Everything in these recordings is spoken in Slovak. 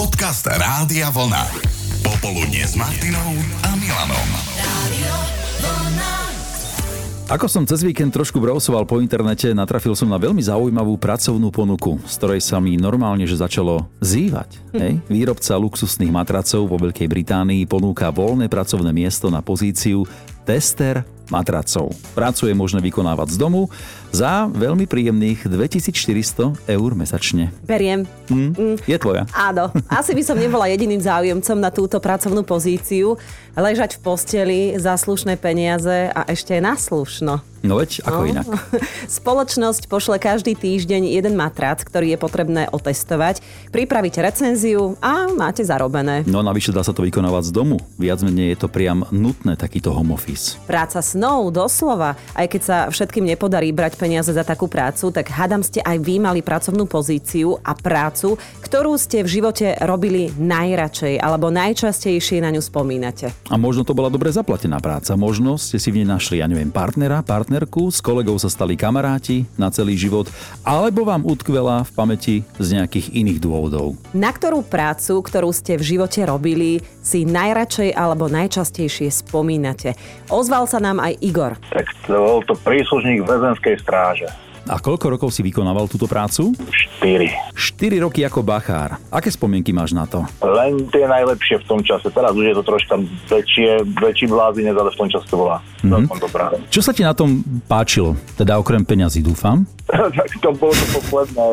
podcast Rádia Vlna. Popoludne s Martinou a Milanom. Ako som cez víkend trošku browsoval po internete, natrafil som na veľmi zaujímavú pracovnú ponuku, z ktorej sa mi normálne že začalo zývať. Hej? Výrobca luxusných matracov vo Veľkej Británii ponúka voľné pracovné miesto na pozíciu tester matracov. Prácu je možné vykonávať z domu za veľmi príjemných 2400 eur mesačne. Hm. Beriem. Mm. Je tvoja. Áno, asi by som nebola jediným záujemcom na túto pracovnú pozíciu. Ležať v posteli za slušné peniaze a ešte aj na slušno. No veď, ako No. inak. Spoločnosť pošle každý týždeň jeden matrác, ktorý je potrebné otestovať, pripraviť recenziu a máte zarobené. No navyše dá sa to vykonávať z domu. Viac menej je to priam nutné takýto home office. Práca snov, doslova. Aj keď sa všetkým nepodarí brať peniaze za takú prácu, tak hádam ste aj vy mali pracovnú pozíciu a prácu, ktorú ste v živote robili najradšej alebo najčastejšie na ňu spomínate. A možno to bola dobre zaplatená práca, možno ste si v nej našli, ja neviem, partnera, partnerku, s kolegou sa stali kamaráti na celý život, alebo vám utkvela v pamäti z nejakých iných dôvodov. Na ktorú prácu, ktorú ste v živote robili, si najradšej alebo najčastejšie spomínate? Ozval sa nám aj Igor. tak to bol to príslušník väzenskej stráže. A koľko rokov si vykonával túto prácu? 4. 4 roky ako bachár. Aké spomienky máš na to? Len tie najlepšie v tom čase. Teraz už je to troška väčšie, väčší blázinec, ale v tom čase to bola mm-hmm. dobrá. Čo sa ti na tom páčilo? Teda okrem peňazí, dúfam. tak to bolo to posledné.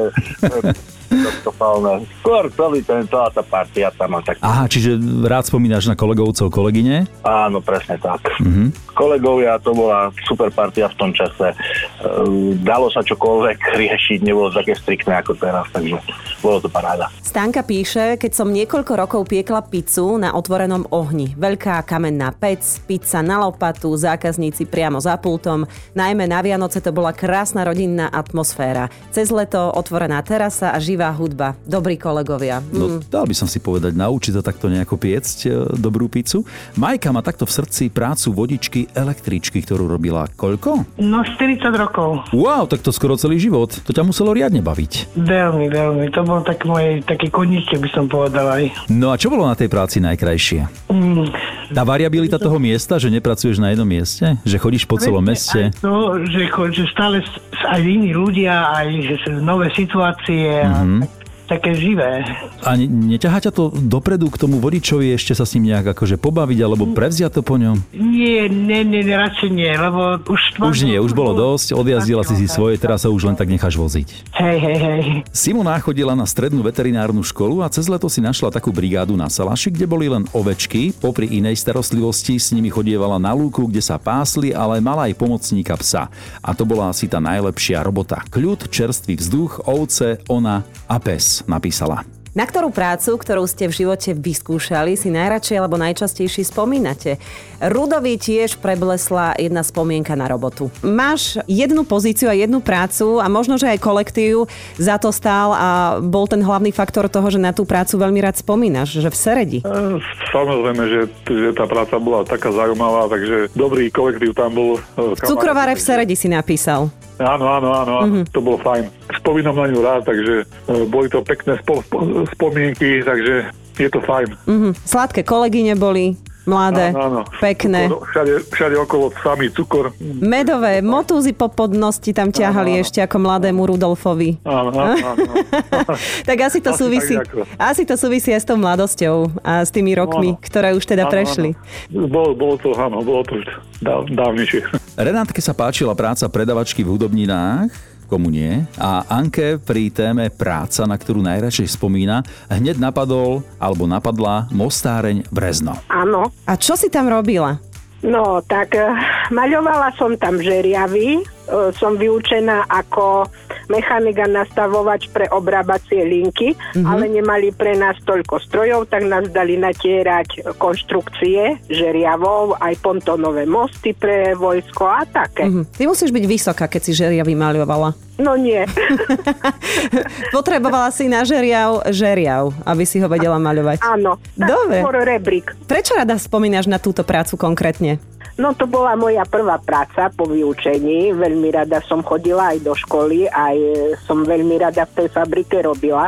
Katastrofálne. Skôr celý ten, celá tá partia tam a tak. Aha, čiže rád spomínaš na kolegovcov, kolegyne? Áno, presne tak. Mm-hmm. Kolegovia, to bola super partia v tom čase. Ehm, Dalo sa čokoľvek riešiť, nebolo to také striktné ako teraz, takže bolo to paráda. Stanka píše, keď som niekoľko rokov piekla pizzu na otvorenom ohni. Veľká kamenná pec, pizza na lopatu, zákazníci priamo za pultom. Najmä na Vianoce to bola krásna rodinná atmosféra. Cez leto otvorená terasa a živá hudba. Dobrí kolegovia. No, dal by som si povedať, naučiť sa takto nejako piecť e, dobrú pizzu. Majka má takto v srdci prácu vodičky električky, ktorú robila koľko? No 40 rokov. Wow, tak to skoro celý život. To ťa muselo riadne baviť. Veľmi, veľmi. To bol tak moje také koničie, by som povedal aj. No a čo bolo na tej práci najkrajšie? Mm, Tá variabilita toho miesta, že nepracuješ na jednom mieste? Že chodíš po celom meste? Aj to, že, ko- že stále s- s- aj iní ľudia, aj že, sa- nové situácie Mhm. mm-hmm. a tak, také živé. A ne- neťahá ťa to dopredu k tomu vodičovi ešte sa s ním nejak akože pobaviť alebo prevziať to po ňom? Nie, nie, nie, nie, radšej nie, lebo už... Už nie, už bolo dosť, odjazdila si si svoje, teraz sa už len tak necháš voziť. Hej, hej, hej. Simona chodila na strednú veterinárnu školu a cez leto si našla takú brigádu na Salaši, kde boli len ovečky. Popri inej starostlivosti s nimi chodievala na lúku, kde sa pásli, ale mala aj pomocníka psa. A to bola asi tá najlepšia robota. Kľud, čerstvý vzduch, ovce, ona a pes, napísala. Na ktorú prácu, ktorú ste v živote vyskúšali, si najradšej alebo najčastejšie spomínate? Rudovi tiež preblesla jedna spomienka na robotu. Máš jednu pozíciu a jednu prácu a možno, že aj kolektív za to stál a bol ten hlavný faktor toho, že na tú prácu veľmi rád spomínaš, že v Seredi. E, Samozrejme, že, že tá práca bola taká zaujímavá, takže dobrý kolektív tam bol. e, kamaráti, Cukrovare v Mhm. takže- Seredi si napísal. Áno, áno, áno, mm-hmm. to bolo fajn. Spomínam na ňu rád, takže e, boli to pekné spo, spo, spomienky, takže je to fajn. Mhm. Sladké kolegyne boli, mladé, pekné. Cukor, všade, všade okolo sami cukor. Medové motúzy po podnosti tam ťahali ešte ako mladému Rudolfovi. Áno, áno, áno. tak asi to Asi súvisí. tak nejako. No, Asi to súvisí aj s tou mladosťou a s tými rokmi, Áno. ktoré už teda Áno, prešli. áno. Bolo, bolo to, áno, bolo to už dáv, dávnejšie. Renátke sa páčila práca predavačky v hudobninách, komu nie, a Anke pri téme práca, na ktorú najradšej spomína, hneď napadol alebo napadla Mostáreň Brezno. Áno. A čo si tam robila? No, tak eh, maľovala som tam žeriavy. Eh, Som vyučená ako mechanik a nastavovač pre obrábacie linky, Mhm. ale nemali pre nás toľko strojov, tak nás dali natierať eh, konštrukcie žeriavov, aj pontónové mosty pre vojsko a také. Mhm. Ty musíš byť vysoká, keď si žeria vymaľovala. No nie, Potrebovala si na žeriav žeriav, aby si ho vedela maľovať. áno. Tak Dobre. skôr rebrík. Prečo rada spomínaš na túto prácu konkrétne? No to bola moja prvá práca po vyučení. Veľmi rada som chodila aj do školy, aj e, som veľmi rada v tej fabrike robila.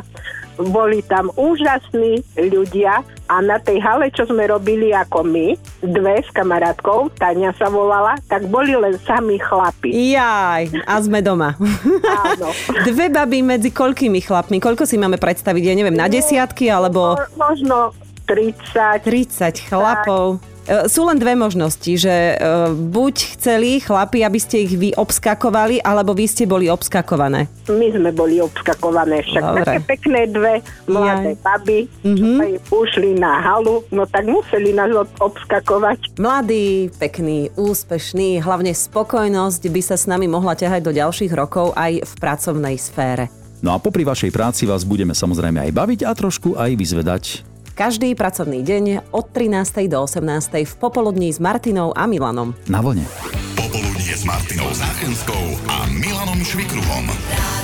boli tam úžasní ľudia a na tej hale, čo sme robili ako my, dve s kamarátkou, Tania sa volala, tak boli len sami chlapi. Jaj, a sme doma. No. Áno. Dve baby medzi koľkými chlapmi? Koľko si máme predstaviť? Ja neviem, na desiatky alebo Mo- No, Možno 30. 30 chlapov? E, Sú len dve možnosti, že e, buď chceli chlapi, aby ste ich vy obskakovali, alebo vy ste boli obskakované. My sme boli obskakované však. Dobre. Dobre. Také pekné dve mladé Jaj. baby, čo sa im ušli na halu, no tak museli nás ob- obskakovať. Mladý, pekný, úspešný, hlavne spokojnosť by sa s nami mohla ťahať do ďalších rokov aj v pracovnej sfére. No a popri vašej práci vás budeme samozrejme aj baviť a trošku aj vyzvedať. Každý pracovný deň od 13. do 18. v popoludní s Martinou a Milanom. Na vlne. Popoludnie s Martinou Záchenskou a Milanom Švikruhom.